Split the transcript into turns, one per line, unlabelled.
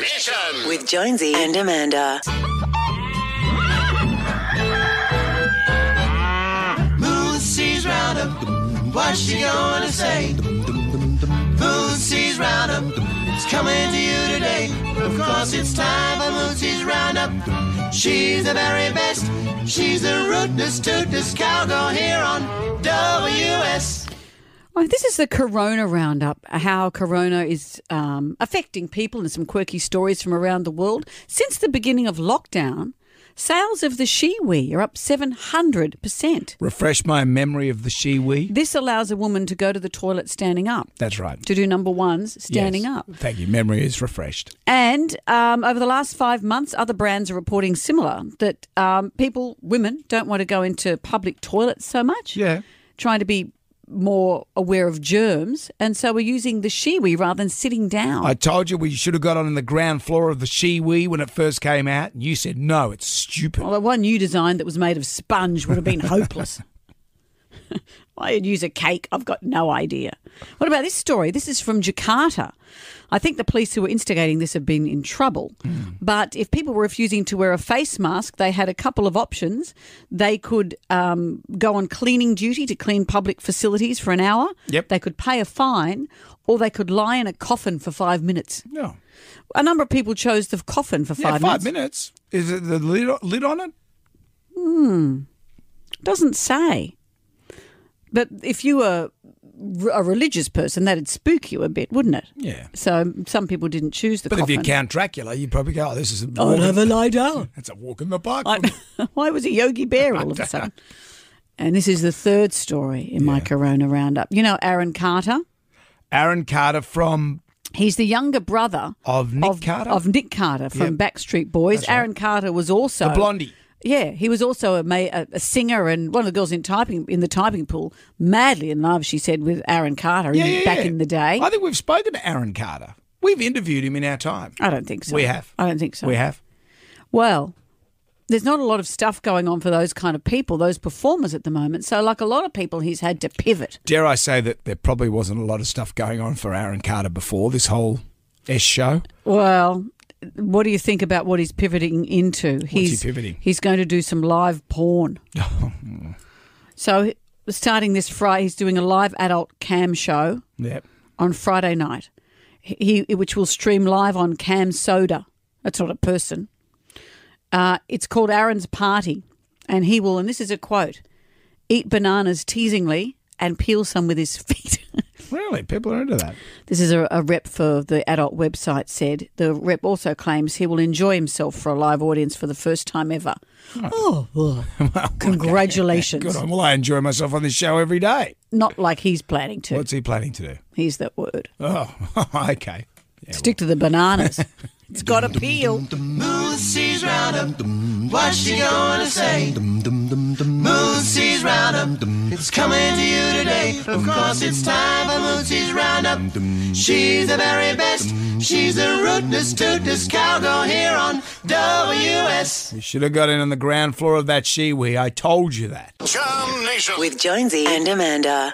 Mission.
with Jonesy and Amanda.
Food sees roundup. What's she gonna say? Food sees roundup. It's coming to you today. Of course, it's time for Food sees roundup. She's the very best. She's the rootless, tootless cowgirl here on WS.
Well, Oh, this is the Corona Roundup, how Corona is um, affecting people and some quirky stories from around the world. Since the beginning of lockdown, sales of the shiwi are up 700%.
Refresh my memory of the shiwi.
This allows a woman to go to the toilet standing up,
That's right.
to do number ones standing
Yes.
up.
Thank you. Memory is refreshed.
And um, over the last five months, other brands are reporting similar that um, people, women, don't want to go into public toilets so much.
Yeah.
Trying to be more aware of germs. And so we're using the shiwi rather than sitting down.
I told you we should have got on the ground floor of the shiwi when it first came out, and you said no, it's stupid.
Well, one new design that was made of sponge would have been hopeless. I'd use a cake. I've got no idea. What about this story? This is from Jakarta. I think the police who were instigating this have been in trouble.
Hmm.
But if people were refusing to wear a face mask, they had a couple of options. They could um, go on cleaning duty to clean public facilities for an hour.
Yep.
They could pay a fine, or they could lie in a coffin for five minutes.
No.
A number of people chose the coffin for
Yeah,
five,
five minutes. Is it the lid, lid on it?
doesn't say. But if you were r- a religious person, that'd spook you a bit, wouldn't it?
Yeah.
So some people didn't choose the
But if
coffin.
you count Dracula, you'd probably go, oh, this is a
I'll
walk in-
have a lie down.
it's a walk in the park.
I, why was a Yogi Bear all of a sudden? And this is the third story in my Corona Roundup. You know Aaron Carter?
Aaron Carter from
He's the younger brother
Of Nick Carter?
of Nick Carter from Backstreet Boys. Aaron Carter was also
the Blondie.
Yeah, he was also a, ma- a, a singer and one of the girls in typing in the typing pool, madly in love, she said, with Aaron Carter
Yeah,
in,
yeah,
back
yeah.
in the day.
I think we've spoken to Aaron Carter. We've interviewed him in our time.
I don't think so.
We have.
I don't think so.
We have.
Well, there's not a lot of stuff going on for those kind of people, those performers at the moment. So, like a lot of people, he's had to pivot.
Dare I say that there probably wasn't a lot of stuff going on for Aaron Carter before this whole S show.
Well, what do you think about what he's pivoting into? What's he's,
pivoting?
He's going to do some live porn. so, starting this Friday, he's doing a live adult cam show.
Yep.
on Friday night, he, which will stream live on Cam Soda. That's not a person. Uh, it's called Aaron's Party, and he will, and this is a quote, eat bananas teasingly and peel some with his feet.
Really? People are into that.
this is a, a rep for the adult website said. The rep also claims he will enjoy himself for a live audience for the first time ever. Oh, well, congratulations.
Good on. Well, I enjoy myself on this show every day.
Not like he's planning to.
What's he planning to do?
Here's that word.
Oh, okay.
Stick to the bananas. it's got to peel.
Moon sees roundup. What's she gonna say? Moon sees roundup. It's coming to you today. Of course, it's time for Moon sees roundup. She's the very best. She's the rootless, tootless cowgirl here on WS.
You should have got in on the ground floor of that shiwi. I told you that.
Jam Nation.
With Jonesy and Amanda.